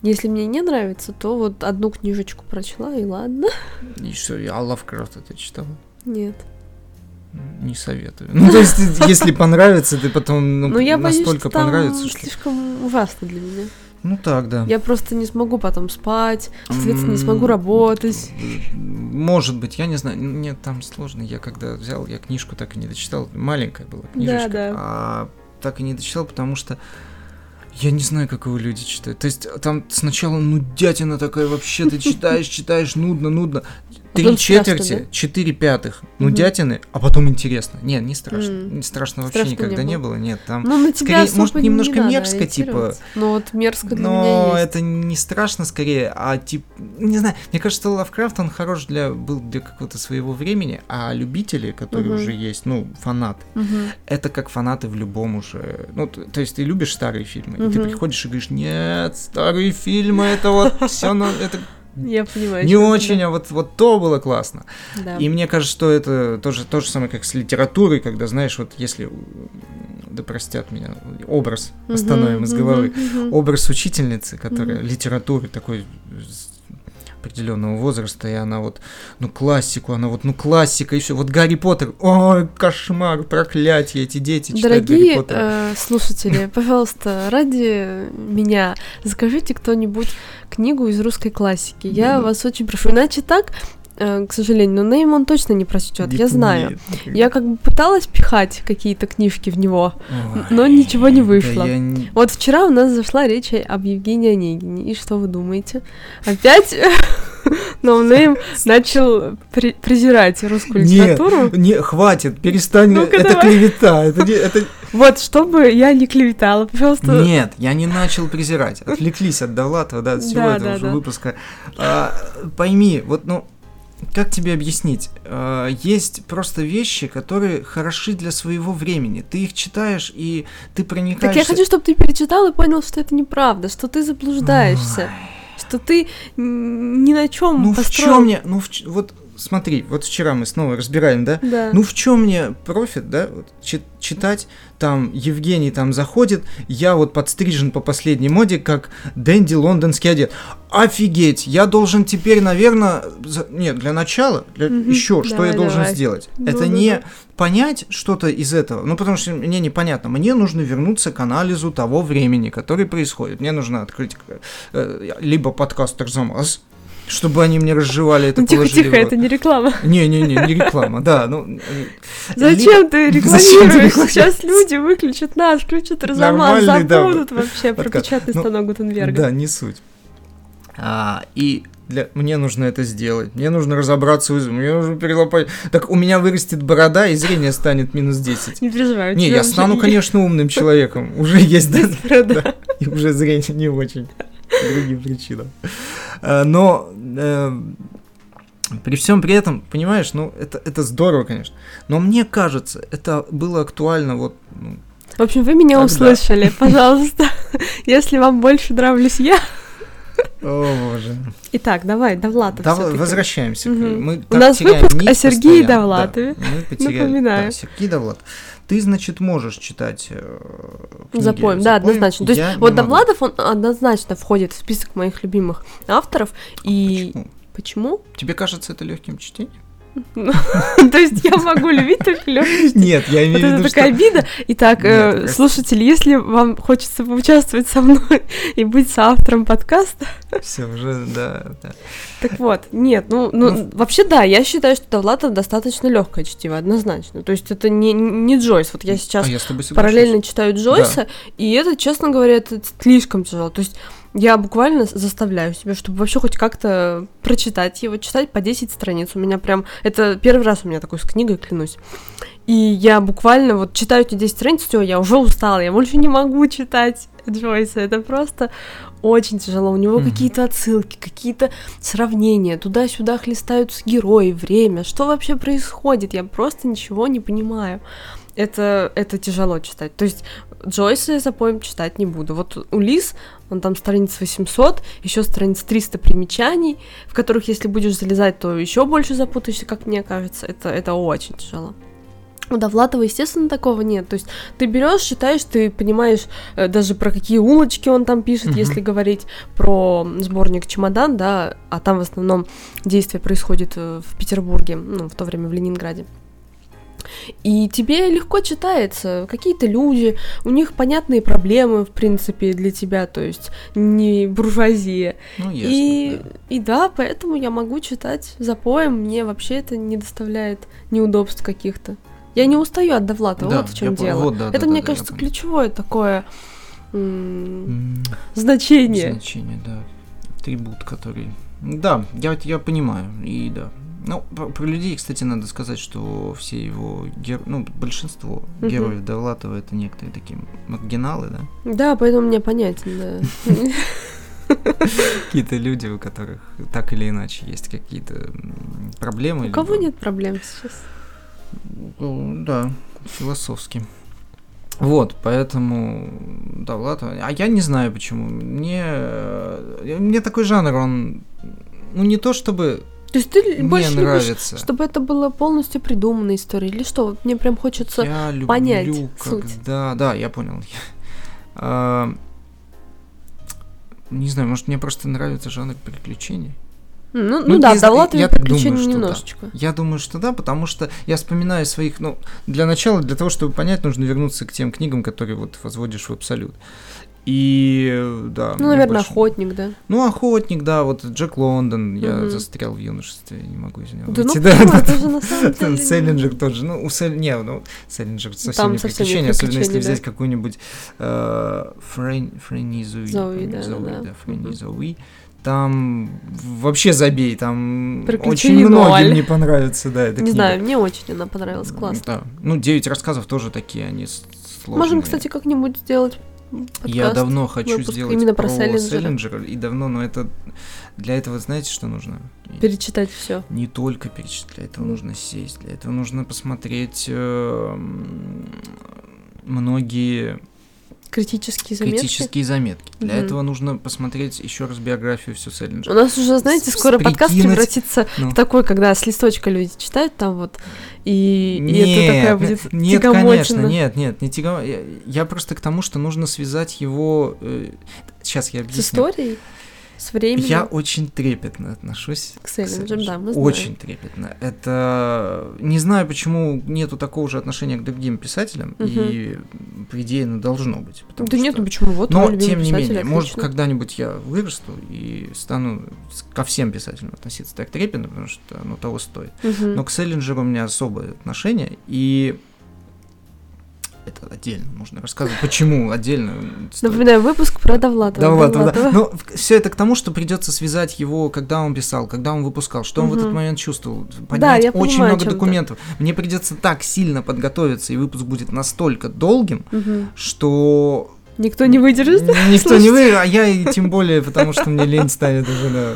S1: Если мне не нравится, то вот одну книжечку прочла и ладно.
S2: И что, я Лавкрафта ты читала?
S1: Нет.
S2: Не советую. Ну, то есть, если понравится, ты потом ну,
S1: Но я боюсь,
S2: настолько
S1: что там
S2: понравится, что...
S1: слишком ужасно для меня.
S2: Ну так, да.
S1: Я просто не смогу потом спать, соответственно, не смогу
S2: М,
S1: работать.
S2: Может быть, я не знаю. Нет, там сложно. Я когда взял, я книжку так и не дочитал. Маленькая была книжечка.
S1: да.
S2: А так и не дочитал, потому что я не знаю, как его люди читают. То есть там сначала нудятина такая вообще, ты читаешь, читаешь, нудно, нудно. Три
S1: потом страшно,
S2: четверти,
S1: да?
S2: четыре пятых
S1: Мгм.
S2: нудятины, а потом интересно. Нет, не страшно.
S1: М.
S2: Не страшно вообще
S1: Страшно не
S2: никогда не
S1: было.
S2: было. Нет, там
S1: Ну, на тебя
S2: скорее,
S1: особо
S2: может,
S1: не
S2: немножко
S1: надо
S2: мерзко, типа,
S1: ориентироваться. Ну, вот мерзко для
S2: но
S1: меня есть.
S2: это не страшно скорее, а тип, не знаю, мне кажется, Лавкрафт, он хорош для, был для какого-то своего времени, а любители, которые
S1: Мгм.
S2: уже есть, ну, фанаты,
S1: Мгм.
S2: это как фанаты в любом уже, ну, т- то есть ты любишь старые фильмы, и ты
S1: Мгм.
S2: приходишь и говоришь, нет, старые фильмы, это вот все, это
S1: Я понимаю.
S2: не
S1: что это,
S2: очень, а вот, вот то было классно.
S1: да. Да.
S2: И мне кажется, что это тоже то же самое, как с литературой, когда, знаешь, вот если, м, да простят меня, образ
S1: Мгм,
S2: остановим из
S1: мгм,
S2: головы,
S1: мгм.
S2: образ учительницы, которая
S1: Мгм.
S2: литературы такой с определенного возраста, и она вот, ну, классику, она вот, ну, классика, и все. Вот Гарри Поттер, ой, кошмар, проклятие, эти дети читают Гарри
S1: Дорогие
S2: Поттера.
S1: э, слушатели, пожалуйста, ради меня закажите кто-нибудь книгу из русской классики. Я
S2: Да-да.
S1: вас очень прошу. Иначе так, э, к сожалению, но Нейм он точно не прочтет. Я
S2: Нет,
S1: знаю.
S2: нет, никогда.
S1: Я как бы пыталась пихать какие-то книжки в него.
S2: Ой,
S1: но ничего не
S2: да
S1: вышло.
S2: я не-
S1: Вот вчера у нас зашла речь о- об Евгении Онегине. И что вы думаете? Опять ноунейм начал при- презирать русскую
S2: Нет,
S1: литературу.
S2: не, хватит, перестань,
S1: Ну-ка,
S2: это
S1: давай.
S2: клевета, это, не- это...
S1: Вот, чтобы я не клеветала, пожалуйста.
S2: Нет, я не начал презирать, отвлеклись от Довлатова, да, от всего
S1: Да,
S2: этого
S1: да,
S2: уже
S1: да.
S2: выпуска. А, пойми, вот, ну, как тебе объяснить? А, Есть просто вещи, которые хороши для своего времени. Ты их читаешь, и ты проникаешься...
S1: Так я хочу, чтобы ты перечитал и понял, что это неправда, что ты заблуждаешься, что ты н- ни на чем
S2: Ну в
S1: построил.
S2: чем мне... Ну, в ч- вот смотри, вот вчера мы снова разбираем, да?
S1: Да.
S2: Ну в чем мне профит, да, вот, чи- читать, там Евгений там заходит, я вот подстрижен по последней моде, как Дэнди лондонский одет. Офигеть, я должен теперь, наверное, за- нет, для начала,
S1: Мгм,
S2: еще, что
S1: давай,
S2: я должен
S1: давай.
S2: сделать?
S1: Ну,
S2: Это
S1: ну,
S2: не
S1: ну.
S2: понять что-то из этого, ну потому что мне непонятно, мне нужно вернуться к анализу того времени, который происходит, мне нужно открыть э, э, либо подкаст Тарзамас, чтобы они мне разжевали это
S1: Ну, тихо,
S2: положили
S1: тихо,
S2: в рот.
S1: это не реклама.
S2: Не-не-не, не реклама, да. Ну, э,
S1: Зачем ты
S2: Зачем ты
S1: рекламируешь?
S2: рекламируешь?
S1: Сейчас люди выключат нас, включат Розаман,
S2: Нормальный, да,
S1: забудут вообще про
S2: подкаст.
S1: печатный
S2: Ну,
S1: станок
S2: ли-
S1: Гутенберга.
S2: Да, не суть. А, и для... мне нужно это сделать. Мне нужно разобраться, в- мне нужно перелопать. Так у меня вырастет борода, и зрение станет минус 10.
S1: Не переживай. у
S2: Не,
S1: тебя
S2: я
S1: уже
S2: стану,
S1: есть
S2: конечно, умным человеком. Уже есть, да,
S1: борода.
S2: да. И уже зрение не очень. По другим причинам. А, Но э, при всем при этом, понимаешь, ну, это, это здорово, конечно. Но мне кажется, это было актуально вот ну,
S1: В общем, вы меня
S2: Тогда.
S1: услышали, пожалуйста. Если вам больше нравлюсь я.
S2: О, боже.
S1: Итак, давай, Довлатов
S2: Дав-
S1: всё-таки.
S2: возвращаемся. к-
S1: Мгм.
S2: Мы
S1: У
S2: так
S1: нас
S2: теряем
S1: выпуск
S2: нить
S1: о Сергее
S2: постоянно.
S1: Довлатове.
S2: Да, мы потеряли.
S1: Напоминаю.
S2: Да, Сергей Довлатов. Ты, значит, можешь читать э, книги
S1: Запоем, да,
S2: запоем.
S1: однозначно. То есть,
S2: Я не
S1: вот
S2: могу.
S1: Довладов, он однозначно входит в список моих любимых авторов. И
S2: Почему?
S1: почему?
S2: Тебе кажется это легким чтением?
S1: Ну, То есть, я могу любить только Лёшу.
S2: Нет,
S1: Вот
S2: я имею в
S1: это
S2: виду,
S1: такая
S2: что...
S1: обида. Итак,
S2: Нет,
S1: э,
S2: прости.
S1: слушатели, если вам хочется поучаствовать со мной и быть соавтором подкаста,
S2: Все, уже, да, да.
S1: так вот, нет, ну, ну,
S2: Ну,
S1: вообще да, я считаю, что Довлатов достаточно легкое чтиво, однозначно. То есть это не, не Джойс. Вот я сейчас
S2: А я с тобой соглашусь.
S1: параллельно читаю Джойса, и это, честно говоря, это слишком тяжело. То есть я буквально с- заставляю себя, чтобы вообще хоть как-то прочитать его, читать по 10 страниц. У меня прям... Это первый раз у меня такой с книгой, клянусь. И я буквально вот читаю эти 10 страниц, все, я уже устала, я больше не могу читать. Джойса. Это просто очень тяжело. У него
S2: Мгм.
S1: какие-то отсылки, какие-то сравнения. Туда-сюда хлестаются герои, время. Что вообще происходит? Я просто ничего не понимаю. Это, это тяжело читать. То есть Джойса я запоем читать не буду. Вот Улис, он там страниц 800, еще страниц 300 примечаний, в которых, если будешь залезать, то еще больше запутаешься, как мне кажется. Это, это очень тяжело. У Довлатова, естественно, такого нет. То есть ты берешь, читаешь, ты понимаешь э, даже про какие улочки он там пишет,
S2: Мгм.
S1: если говорить про сборник «Чемодан», да, а там в основном действие происходит э, в Петербурге, ну, в то время в Ленинграде. И тебе легко читается, какие-то люди, у них понятные проблемы, в принципе, для тебя, то есть не буржуазия.
S2: Ну, ясно.
S1: И,
S2: да.
S1: и да, поэтому я могу читать запоем, мне вообще это не доставляет неудобств каких-то. Я не устаю от Довлатова,
S2: Да,
S1: вот в чем
S2: я понял.
S1: дело.
S2: Вот, да,
S1: это,
S2: да,
S1: мне
S2: да, да, я
S1: кажется,
S2: понял.
S1: ключевое такое м,
S2: М,
S1: значение.
S2: Значение, да. Атрибут, который... Да, я, я понимаю, и да. Ну, про, про людей, кстати, надо сказать, что все его герои, ну, большинство
S1: Мгм.
S2: героев Довлатова это некоторые такие маргиналы, да?
S1: Да, поэтому мне понятен. да.
S2: Какие-то люди, у которых так или иначе есть какие-то м, проблемы.
S1: У кого
S2: либо-
S1: нет проблем сейчас?
S2: Ну, Да, философски. Вот, поэтому Довлатова... А я не знаю почему. Мне, э, мне такой жанр, он... Ну, не то чтобы
S1: То есть ты л-
S2: мне
S1: больше любишь,
S2: нравится.
S1: чтобы это было полностью придуманная история, или что? Вот Мне прям хочется...
S2: я люблю,
S1: понять суть.
S2: когда... Да, я понял. А, Не знаю, может, мне просто нравится жанр приключений.
S1: Ну, ну
S2: Ну,
S1: да,
S2: не
S1: в
S2: знаю,
S1: Довлатове
S2: я так думаю,
S1: приключений
S2: что да.
S1: немножечко.
S2: Я думаю, что да, потому что я вспоминаю своих, ну, для начала, для того, чтобы понять, нужно вернуться к тем книгам, которые вот возводишь в абсолют. И, э, да.
S1: Ну,
S2: мне
S1: наверное,
S2: больше-
S1: охотник, да.
S2: Ну, охотник, да, вот Джек Лондон, я
S1: Мгм.
S2: застрял в юношестве, не могу из него
S1: Да ну
S2: выйти,
S1: почему?
S2: да,
S1: Это же на самом
S2: Там
S1: деле...
S2: Селлинджер тот же, ну, у Сел... не, ну, Селлинджер совсем
S1: Там
S2: не
S1: совсем не
S2: приключение, особенно если
S1: приключение, да.
S2: взять какую-нибудь э, Френ... Френизуи,
S1: Зои,
S2: по-моему,
S1: да, да,
S2: Зои,
S1: да.
S2: да, Френизуи. Там вообще забей, там очень
S1: Приключений
S2: многим
S1: ноль.
S2: не понравится, да, эта
S1: Не
S2: книга.
S1: знаю, мне очень она понравилась, классно.
S2: Да. Ну, 9 рассказов тоже такие, они с- сложные.
S1: Можем, кстати, как-нибудь сделать подкаст.
S2: Я давно хочу
S1: выпуск
S2: сделать
S1: именно про
S2: про,
S1: Селлинджера.
S2: Селлинджера, и давно, но это для этого знаете, что нужно?
S1: Перечитать все.
S2: Не только перечитать, для этого
S1: Ну.
S2: нужно сесть, для этого нужно посмотреть э, м, многие
S1: Критические заметки.
S2: критические заметки. Для
S1: Мгм.
S2: этого нужно посмотреть еще раз биографию всю
S1: У
S2: Селлинджера.
S1: нас уже, знаете,
S2: С-
S1: скоро подкаст
S2: прикинуть.
S1: превратится
S2: Ну.
S1: в такой, когда с листочка люди читают там вот, и, и это такая
S2: Нет,
S1: будет
S2: нет,
S1: тягомотина.
S2: конечно, нет, нет, не тяго... Я, я просто к тому, что нужно связать его... э, сейчас я
S1: С
S2: объясню.
S1: историей, с временем,
S2: Я очень трепетно отношусь
S1: к
S2: к
S1: Селлинджеру, ну, да, мы
S2: Селлинджеру.
S1: знаем.
S2: Очень трепетно. Это не знаю, почему нету такого же отношения к другим писателям, и по идее оно должно быть.
S1: Да
S2: потому
S1: нет,
S2: что-
S1: ну почему? Вот
S2: но
S1: мой любимый
S2: тем не
S1: писатель,
S2: менее, может,
S1: отлично.
S2: когда-нибудь я вырасту и стану с- ко всем писателям относиться так трепетно, потому что оно того стоит.
S1: Мгм.
S2: Но к Селлинджеру у меня особое отношение, и это отдельно нужно рассказывать. Почему отдельно? стоит.
S1: Напоминаю, выпуск про Довлатова.
S2: Довлатова, да.
S1: Довлатова.
S2: Но все это к тому, что придется связать его, когда он писал, когда он выпускал, что он в этот
S1: Мгм.
S2: момент чувствовал.
S1: Да,
S2: Поднять
S1: я
S2: очень
S1: понимаю, о
S2: много
S1: чем ты.
S2: документов. Мне придется так сильно подготовиться, и выпуск будет настолько долгим,
S1: Мгм.
S2: что
S1: Никто не выдержит?
S2: никто не вы, а я и тем более, потому что мне лень станет уже на...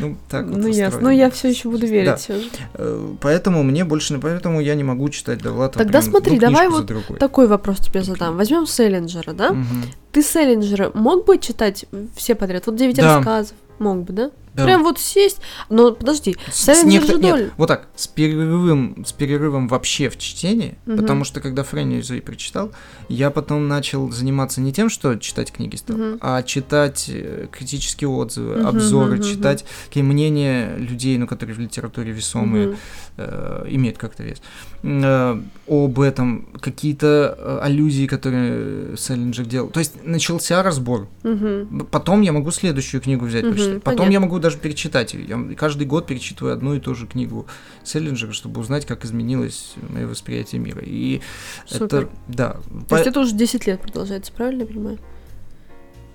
S2: Ну, так вот
S1: ну ясно,
S2: устроено.
S1: но я все еще буду верить.
S2: Да.
S1: всё же.
S2: Э, Поэтому мне больше... не- Поэтому я не могу читать Довлатова.
S1: Тогда
S2: прям одну
S1: смотри, давай
S2: книжку за
S1: вот
S2: другой.
S1: Такой вопрос тебе задам. Возьмем Селлинджера, да?
S2: Мгм.
S1: Ты Селлинджера мог бы читать все подряд? Вот 9
S2: Да.
S1: рассказов. Мог бы, да?
S2: Да.
S1: Прям вот сесть. Но подожди,
S2: С- с
S1: Селлинджер
S2: некотор-
S1: же
S2: нет,
S1: доль-
S2: вот так, с перерывом, с перерывом вообще в чтении,
S1: Мгм.
S2: потому что когда Френюзу и прочитал, я потом начал заниматься не тем, что читать книги стал,
S1: Мгм.
S2: а читать э, критические отзывы,
S1: Мгм,
S2: обзоры,
S1: мгм,
S2: читать какие мнения людей, ну, которые в литературе весомые,
S1: Мгм.
S2: э, имеют как-то вес, М, э, об этом, какие-то э, аллюзии, которые э, Селлинджер делал. То есть начался разбор
S1: Мгм.
S2: Потом я могу следующую книгу взять,
S1: Мгм,
S2: прочитать. Потом
S1: понятно.
S2: я могу даже перечитать ее. Я каждый год перечитываю одну и ту же книгу Селлинджера, чтобы узнать, как изменилось мое восприятие мира. И
S1: Супер.
S2: это... Да.
S1: То
S2: По-
S1: есть это уже 10 лет продолжается, правильно я понимаю?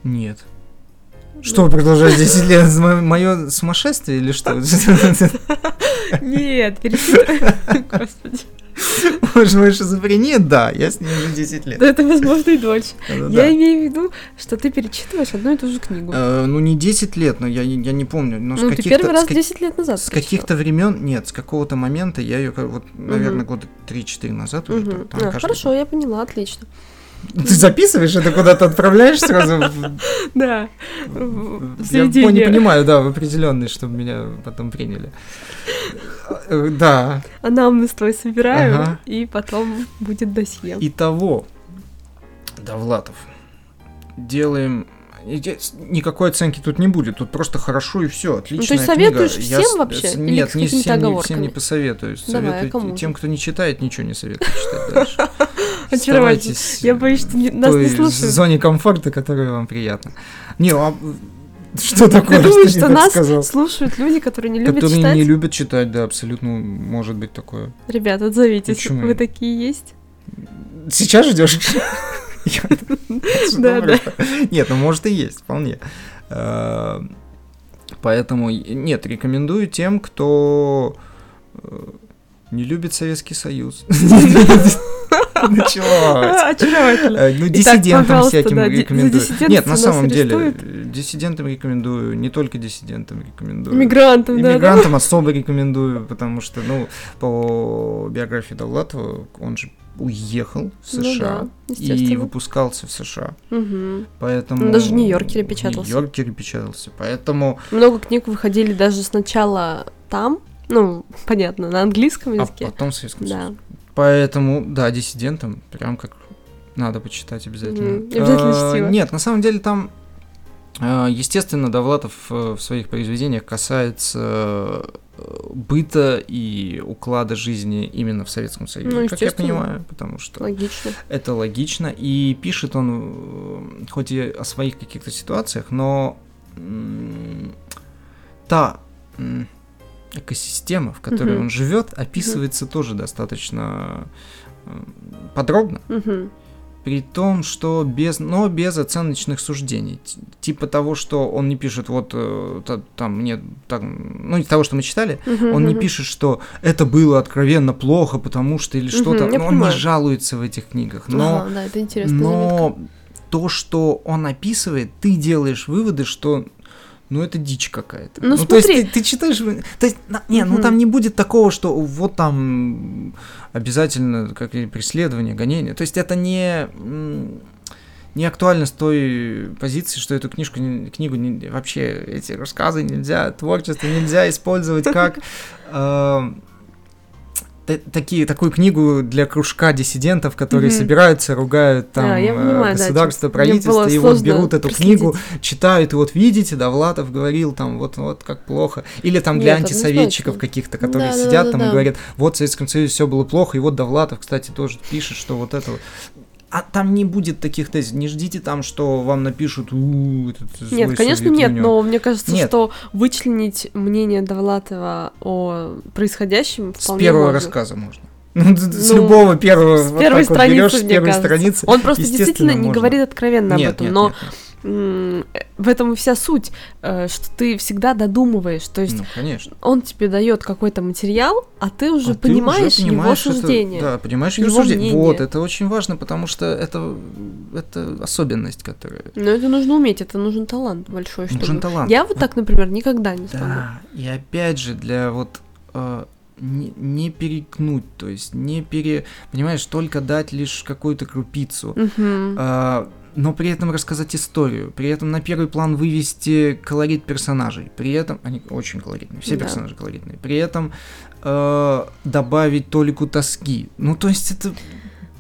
S2: Нет.
S1: Ну.
S2: Что, продолжать 10 лет? Мое сумасшествие или что?
S1: Нет, перечитывай. Господи.
S2: сложную шизофрению, да, я с ней уже 10 лет.
S1: Да это возможно и дольше.
S2: Да-да-да.
S1: Я имею в виду, что ты перечитываешь одну и ту же книгу.
S2: Э, Ну, не 10 лет, но я не я не помню. Но с
S1: Ну, ты
S2: каких-то-
S1: первый
S2: с
S1: раз
S2: ка-
S1: 10 лет назад
S2: С
S1: прочитал.
S2: каких-то времен, нет, с какого-то момента я ее, вот, наверное, года 3-4 назад уже.
S1: Мгм.
S2: там- там
S1: А,
S2: каждый-
S1: Хорошо, я поняла, отлично.
S2: Ты записываешь это куда-то отправляешь сразу? в-
S1: Да.
S2: в-
S1: В
S2: Э, Я пон- не
S1: сведение.
S2: понимаю, да, в определенный, чтобы меня потом приняли. Э, Да,
S1: Анамнез твой собираю,
S2: Ага.
S1: и потом будет досье.
S2: итого, Довлатов, делаем... иде- Никакой оценки тут не будет, тут просто хорошо и все, отличная книга.
S1: Ну, советуешь
S2: Я
S1: всем
S2: с-
S1: вообще?
S2: с-
S1: Или
S2: Нет,
S1: с
S2: не
S1: какими-то
S2: всем, не, всем
S1: оговорками?
S2: не посоветую.
S1: Давай, а
S2: Советую
S1: кому?
S2: тем, кто не читает, ничего не советую читать дальше.
S1: Очаровательно.
S2: Оставайтесь,
S1: Я боюсь, что не-
S2: в
S1: нас не
S2: той
S1: слушают.
S2: зоне комфорта, которая вам приятна. Не, а что такое?
S1: Ты думаешь,
S2: не
S1: что
S2: так
S1: нас
S2: сказал?
S1: слушают люди, которые не любят
S2: Которые
S1: читать?
S2: не любят читать, да, абсолютно может быть такое.
S1: Ребят, отзовитесь,
S2: Почему?
S1: вы такие есть?
S2: Сейчас ждешь? Я-
S1: Да, да.
S2: Нет, ну может и есть, вполне. Э, Поэтому, и- нет, рекомендую тем, кто э, не любит Советский Союз. Началось.
S1: А, Очаровательно.
S2: Э, Ну,
S1: Итак,
S2: диссидентам
S1: пожалуйста,
S2: всяким
S1: да, ди- за
S2: рекомендую.
S1: диссидентство
S2: Нет, на
S1: нас
S2: самом деле,
S1: арестуют?
S2: э, диссидентам рекомендую, не только диссидентам рекомендую.
S1: Мигрантам, да, да.
S2: Иммигрантам особо рекомендую, потому что, ну, по биографии Довлатова, он же уехал в
S1: Ну
S2: США
S1: да,
S2: и
S1: естественно.
S2: выпускался в США.
S1: Мгм.
S2: Поэтому...
S1: Он даже в Нью-Йорке перепечатался.
S2: В Нью-Йорке перепечатался. Поэтому...
S1: Много книг выходили даже сначала там, ну, понятно, на английском
S2: А
S1: языке.
S2: потом в Советском Союзе.
S1: Да.
S2: Поэтому, да, диссидентам прям как надо почитать обязательно.
S1: Мгм, обязательно
S2: Э,
S1: чтиво.
S2: Нет, на самом деле там, э, естественно, Довлатов э, в своих произведениях касается э, быта и уклада жизни именно в Советском Союзе,
S1: Ну,
S2: как я
S1: естественно.
S2: понимаю, потому что
S1: Логично.
S2: это логично. И пишет он, э, хоть и о своих каких-то ситуациях, но м, та м, экосистема, в которой
S1: Мгм.
S2: он живет, описывается тоже достаточно э, подробно.
S1: Мгм.
S2: При том, что без, но без оценочных суждений. Т- Типа того, что он не пишет, вот э, та- там мне так, ну, из того, что мы читали,
S1: Мгм,
S2: он не
S1: мгм.
S2: пишет, что это было откровенно плохо, потому что или
S1: Мгм, я
S2: что-то. Ну, он не
S1: понимаю.
S2: жалуется в этих книгах. Но,
S1: Ага, да, это интересно.
S2: но то, что он описывает, ты делаешь выводы, что ну это дичь какая-то.
S1: Ну,
S2: то есть ты,
S1: смотри.
S2: ты читаешь, вы- то есть на- не, ну
S1: Мгм.
S2: там не будет такого, что вот там обязательно как и преследование, гонение. То есть это не м, не актуально с той позиции, что эту книжку, не- книгу не- вообще эти рассказы нельзя, творчество нельзя использовать как э, та- такие такую книгу для кружка диссидентов, которые
S1: Мгм.
S2: собираются, ругают там
S1: А, я
S2: э,
S1: понимаю, да,
S2: государство,
S1: честно.
S2: правительство,
S1: Мне было
S2: и вот
S1: сложно
S2: берут эту
S1: проследить.
S2: книгу, читают, и вот видите, Довлатов говорил там, вот, вот как плохо. Или там для
S1: Нет,
S2: антисоветчиков
S1: однозначно.
S2: каких-то, которые
S1: Да-да-да-да-да.
S2: сидят там и говорят, вот в Советском Союзе все было плохо, и вот Довлатов, кстати, тоже пишет, что вот это вот. А там не будет таких тезисов. Не ждите там, что вам напишут «У, этот злой
S1: Нет, конечно,
S2: Советунёк».
S1: нет, но мне кажется,
S2: Нет.
S1: что вычленить мнение Довлатова о происходящем
S2: С
S1: вполне
S2: первого
S1: можно.
S2: рассказа можно. Ну, д- д- с
S1: Ну,
S2: любого первого.
S1: С
S2: вот
S1: первой
S2: так вот берёшь,
S1: страницы,
S2: с
S1: мне
S2: первой
S1: кажется.
S2: страницы.
S1: Он просто
S2: естественно,
S1: действительно не
S2: можно.
S1: говорит откровенно
S2: Нет,
S1: об этом,
S2: нет,
S1: но
S2: нет,
S1: м, э, в этом и вся суть, э, что ты всегда додумываешь, то
S2: нет.
S1: есть
S2: Ну, конечно.
S1: он тебе дает какой-то материал, а ты уже
S2: А ты
S1: понимаешь,
S2: понимаешь
S1: его
S2: это-
S1: суждение.
S2: да, понимаешь его,
S1: его
S2: суждение.
S1: мнение.
S2: Вот, это очень важно, потому что это, это особенность, которая...
S1: Но это нужно уметь, это нужен талант большой, чтобы...
S2: Нужен талант.
S1: Я вот так, например, никогда не смогу.
S2: Да, и опять же, для вот... э, не, не перекнуть, то есть не пере... Понимаешь, только дать лишь какую-то крупицу.
S1: Мгм.
S2: А, но при этом рассказать историю, при этом на первый план вывести колорит персонажей, при этом они очень колоритные, все
S1: Да.
S2: персонажи колоритные, при этом э, добавить толику тоски. Ну то есть это,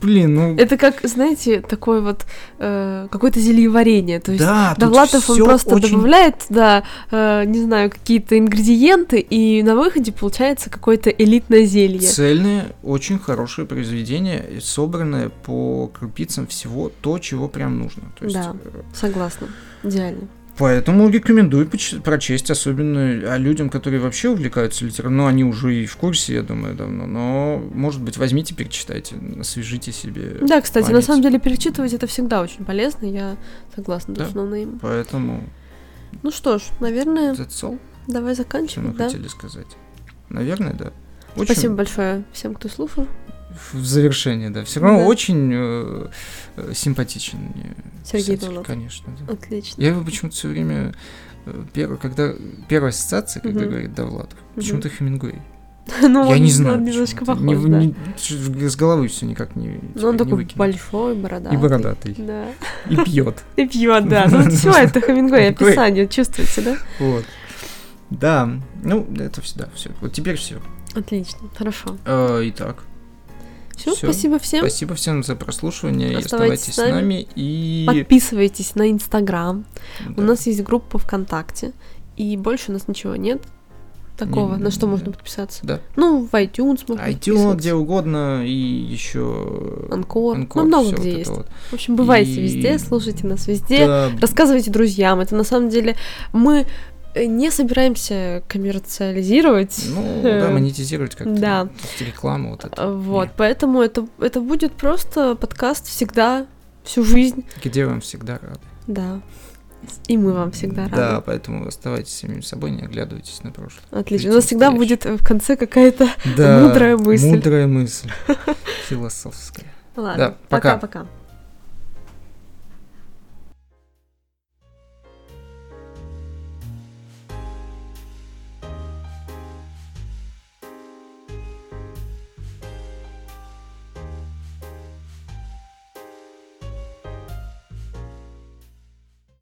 S2: блин, ну
S1: Это как, знаете, такое вот э, какое-то зельеварение, то есть
S2: да, А тут
S1: Довлатов, он
S2: всё
S1: просто
S2: очень-
S1: добавляет туда, э, не знаю, какие-то ингредиенты, и на выходе получается какое-то элитное зелье.
S2: цельное, очень хорошее произведение, и собранное по крупицам всего то, чего прям нужно. То есть,
S1: Да.
S2: э,
S1: Согласна. Идеально.
S2: Поэтому рекомендую поч- прочесть, особенно а людям, которые вообще увлекаются литературой. Ну, они уже и в курсе, я думаю, давно. Но, может быть, возьмите, перечитайте, освежите себе.
S1: Да, кстати, на
S2: память.
S1: самом деле перечитывать это всегда очень полезно, я согласна
S2: Да.
S1: с основным.
S2: Поэтому
S1: Ну что ж, наверное,
S2: that's all,
S1: давай
S2: что мы
S1: заканчивать, да?
S2: хотели сказать. Наверное, да. ну, Очень-
S1: Спасибо большое всем, кто слушал.
S2: в завершение, да. Все равно
S1: Да.
S2: очень э, э, симпатичен мне.
S1: Сергей
S2: писатель,
S1: Донатов.
S2: Конечно, да.
S1: Отлично.
S2: Я его почему-то все время э, первый, когда первая ассоциация, когда
S1: Мгм.
S2: говорит Довлатов,
S1: Мгм.
S2: почему-то Хемингуэй.
S1: Ну,
S2: я
S1: он-
S2: не знаю.
S1: Он немножко
S2: почему-то.
S1: похож,
S2: Не-
S1: да.
S2: не- с головы все никак не.
S1: Ну, он
S2: не
S1: такой
S2: выкинуть.
S1: большой, бородатый.
S2: И бородатый.
S1: Да.
S2: И пьет.
S1: И пьет, да. Ну, все, это Хемингуэй,
S2: Хемингуэй.
S1: описание, чувствуете, да?
S2: Вот. Да, ну, это всегда все. Вот теперь все.
S1: Отлично, хорошо.
S2: итак,
S1: Все,
S2: Всё.
S1: спасибо всем.
S2: спасибо всем за прослушивание. И
S1: Оставайтесь
S2: Оставайтесь,
S1: с
S2: с нами. И
S1: Подписывайтесь на Инстаграм. У
S2: да.
S1: нас есть группа ВКонтакте. И больше у нас ничего нет такого, на что
S2: Не-не-не.
S1: можно подписаться.
S2: Да.
S1: Ну, в iTunes можно
S2: iTunes,
S1: подписываться.
S2: где угодно, и еще
S1: Анкор. Ну, много где есть. В общем, бывайте
S2: И-
S1: везде, слушайте нас везде.
S2: Да,
S1: Рассказывайте друзьям. Это на самом деле мы э, не собираемся коммерциализировать.
S2: ну,
S1: э,
S2: да, монетизировать как-то.
S1: да.
S2: То есть рекламу вот это.
S1: Вот,
S2: Нет.
S1: поэтому это, это будет просто подкаст всегда, всю жизнь.
S2: Где вам всегда рады.
S1: Да. И мы вам всегда
S2: Да,
S1: рады.
S2: поэтому оставайтесь самим собой, не оглядывайтесь на прошлое.
S1: Отлично. У нас всегда
S2: Настоящий.
S1: будет э, в конце какая-то...
S2: Да,
S1: Мудрая мысль.
S2: Мудрая мысль. Философская.
S1: Ладно.
S2: пока.
S1: Пока-пока.